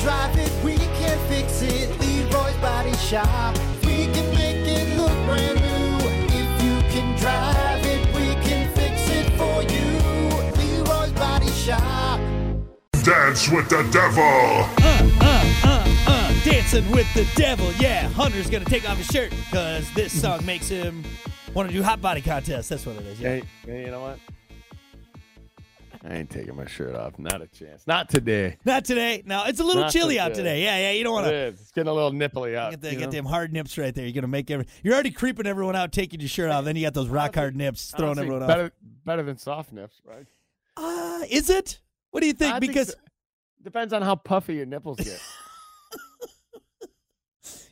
drive it, we can fix it. Leroy's Body Shop. We can make it look brand new. If you can drive it, we can fix it for you. Leroy's Body Shop. Dance with the devil. Uh, Dancing with the devil, yeah. Hunter's gonna take off his shirt because this song makes him want to do hot body contest. That's what it is. Yeah. Hey, hey, you know what? I ain't taking my shirt off. Not a chance. Not today. Not today. No, it's a little Not chilly out today. today. Yeah, yeah. You don't want It to is. It's getting a little nipply out. get, the, you get know? them hard nips right there. You're gonna make every. You're already creeping everyone out, taking your shirt off. Then you got those rock hard nips throwing Honestly, everyone off. better, better than soft nips, right? Uh, is it? What do you think? I because so. depends on how puffy your nipples get.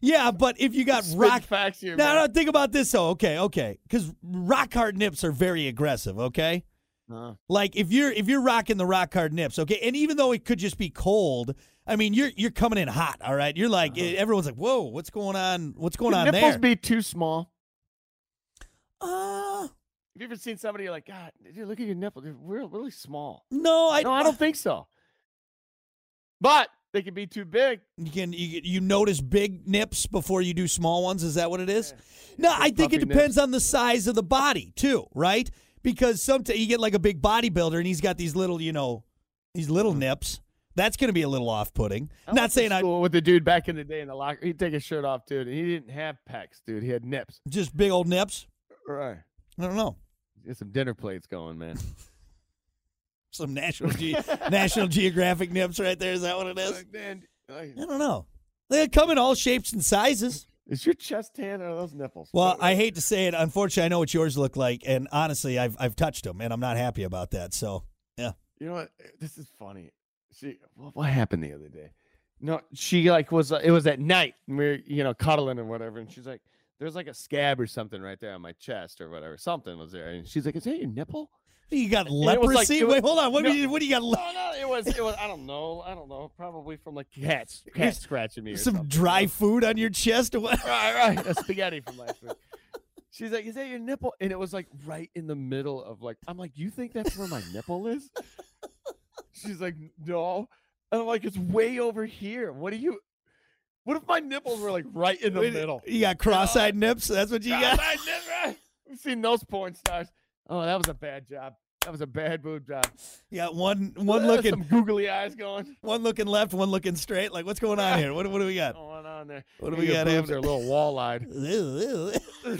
yeah, but if you got Spit rock facts here. No, man. no, think about this though. Okay, okay. Because rock hard nips are very aggressive, okay? Uh-huh. Like if you're if you're rocking the rock hard nips, okay, and even though it could just be cold, I mean you're you're coming in hot, all right. You're like everyone's like, whoa, what's going on? What's going Uh-huh. on Your nipples there? be too small. uh, Have you ever seen somebody you're like, God, dude, look at your nipple. They're real, really small. no, I, no, I don't think so. But they can be too big. You can you, you notice big nips before you do small ones? Is that what it is? No, I think it puffy nips. depends on the size of the body too, right? Because sometimes you get like a big bodybuilder and he's got these little, you know, these little Mm-hmm. nips. That's going to be a little off-putting. I went Not to saying I Oh, school with the dude back in the day in the locker. He'd take his shirt off, dude. And he didn't have pecs, dude. He had nips. just big old nips. Right. I don't know. Get some dinner plates going, man. Some National Ge- National Geographic nips right there. Is that what it is? Like, man, like, I don't know. They come in all shapes and sizes. is your chest tan or are those nipples? Well, I hate to say it. Unfortunately, I know what yours look like, and honestly, I've I've touched them, and I'm not happy about that. So You know what? This is funny. She, what, what happened the other day? No, she like was uh, it was at night and we were you know cuddling or whatever, and she's like, "There's like a scab or something right there on my chest or whatever. Something was there." And she's like, "Is that your nipple?" You got And it was like- leprosy? it was- Wait, hold on. What, No. do you, what do you got? le- No, no, it was it was I don't know, I don't know, probably from like cats, cats scratching me. Or Some something. dry food on your chest? What? right, right. A spaghetti from last week. She's like, "Is that your nipple?" And it was like right in the middle of like, I'm like, "You think that's where my nipple is?" She's like, "No," and I'm like, "It's way over here. What do you? What if my nipples were like right in the middle? You got cross-eyed nips? That's what you God, got? my nipple- We've seen those porn stars. Oh, that was a bad job. That was a bad boob job. You got one one There's some looking googly eyes going. one looking left, one looking straight. Like, what's going on here? What, what do we What's got? going on there? What do Maybe we your got boobs are a little wall-eyed. Ew, ew. You're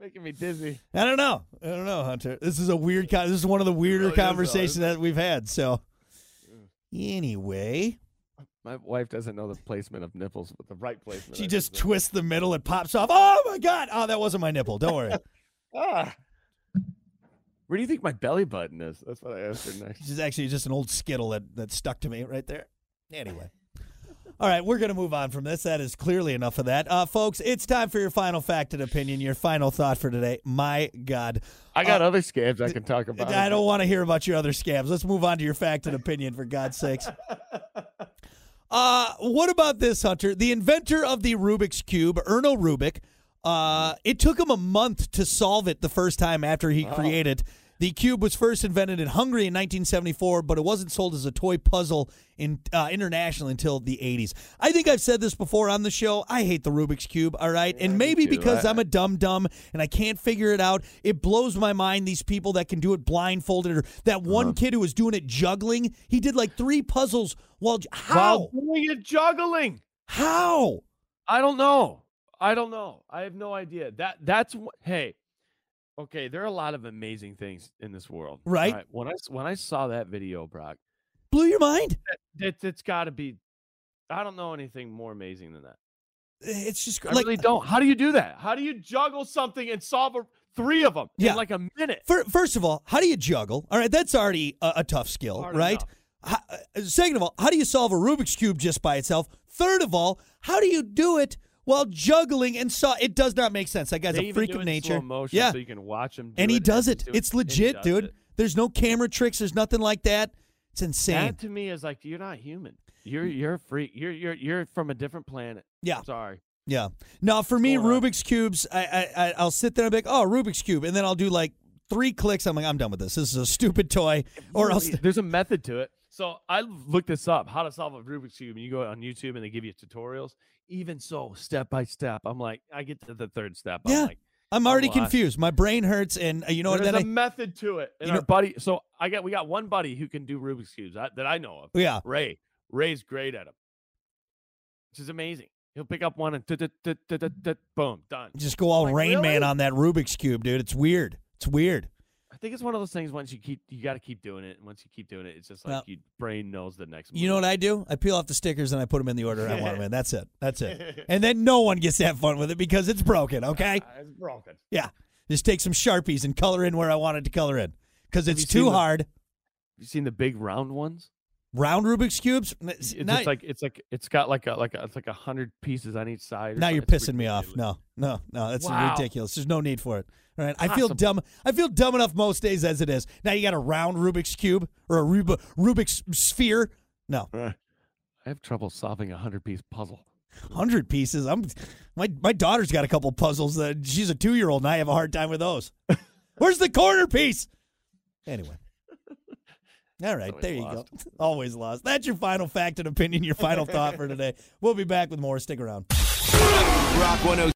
making me dizzy. I don't know. I don't know, Hunter. This is a weird. Con- this is one of the weirder really is, though, conversations isn't that we've had. So, anyway, My wife doesn't know the placement of nipples, but the right placement. she I just should say. twists the middle. It pops off. Oh my god! Oh, that wasn't my nipple. Don't worry. ah. Where do you think my belly button is? That's what I asked her next. This is actually just an old skittle that, that stuck to me right there. Anyway. All right, we're going to move on from this. That is clearly enough of that. Uh, folks, it's time for your final fact and opinion, your final thought for today. My God. I Uh, got other scabs I can talk about. I don't want to hear about your other scams. Let's move on to your fact and opinion, for God's sakes. Uh, what about this, Hunter? The inventor of the Rubik's Cube, Erno Rubik, uh, it took him a month to solve it the first time after he created it. The cube was first invented in Hungary in 1974, but it wasn't sold as a toy puzzle in uh, international until the 80s. I think I've said this before on the show. I hate the Rubik's cube. All right, and maybe too. because I- I'm a dumb dumb and I can't figure it out, it blows my mind. These people that can do it blindfolded, or that one Uh-huh. kid who was doing it juggling, he did like three puzzles while j- how While doing it juggling. how? I don't know. I don't know. I have no idea. That that's wh- hey. Okay, there are a lot of amazing things in this world. all Right. When I s- when I saw that video, Brock, Blew your mind? it, it's got to be. I don't know anything more amazing than that. It's just I like really don't. How do you do that? How do you juggle something and solve a, three of them Yeah. in like a minute? fir- first of all, how do you juggle? All right, that's already a, a tough skill, Hard right? enough. Ho- uh, second of all, how do you solve a Rubik's cube just by itself? Third of all, how do you do it while juggling and saw? It does not make sense. That guy's They a even freak do of it in nature. slow motion yeah, so you can watch him. and he does it. It's legit, dude. It. There's no camera tricks. There's nothing like that. It's insane. That to me is like you're not human. You're you're a freak. You're you're you're from a different planet. Mm. Yeah. Sorry. Yeah. Now for me, going on? Rubik's cubes, I, I I- I'll sit there and be like, oh, Rubik's cube, and then I'll do like three clicks. I'm like, I'm done with this. This is a stupid toy. Or else, there's a method to it. So I looked this up, how to solve a Rubik's cube, and you go on YouTube and they give you tutorials. Even so, step by step, I'm like, I get to the third step. I'm Yeah. like, I'm already Come on. confused. My brain hurts, and uh, you know what? there's Then a I, method to it. And You know- our buddy, so I got we got one buddy who can do Rubik's cubes I, that I know of. yeah, Ray, Ray's great at them, which is amazing. He'll pick up one and tut- tut- tut- tut- tut- tut, boom, done. just go all Like, Rain Man really? on that Rubik's cube, dude. It's weird. It's weird. I think it's one of those things. Once you keep, you got to keep doing it. And once you keep doing it, it's just like Well, your brain knows the next. You know what I do? I peel off the stickers and I put them in the order I want them in. That's it. That's it. I? And then no one gets to have fun with it because it's broken. Okay. Ah, it's broken. Just take some sharpies and color in where I wanted to color in because Have it's you seen too the- hard. You seen the big round ones? Round Rubik's cubes. N- It's, now, it's like it's like it's got like a like a, it's like a hundred pieces on each side. or now something. you're It's pissing me off. ridiculous. No, no, no. That's Wow. ridiculous. There's no need for it. All right. I feel Possible. dumb. I feel dumb enough most days as it is. Now you got a round Rubik's cube or a Rub- Rubik's sphere. No, I have trouble solving a hundred piece puzzle. hundred pieces. I'm my my daughter's got a couple puzzles that she's a two year old and I have a hard time with those. Where's the corner piece? Anyway. All right, Always there you lost. go. Always lost. That's your final fact and opinion, your final thought for today. We'll be back with more. Stick around. Rock 102.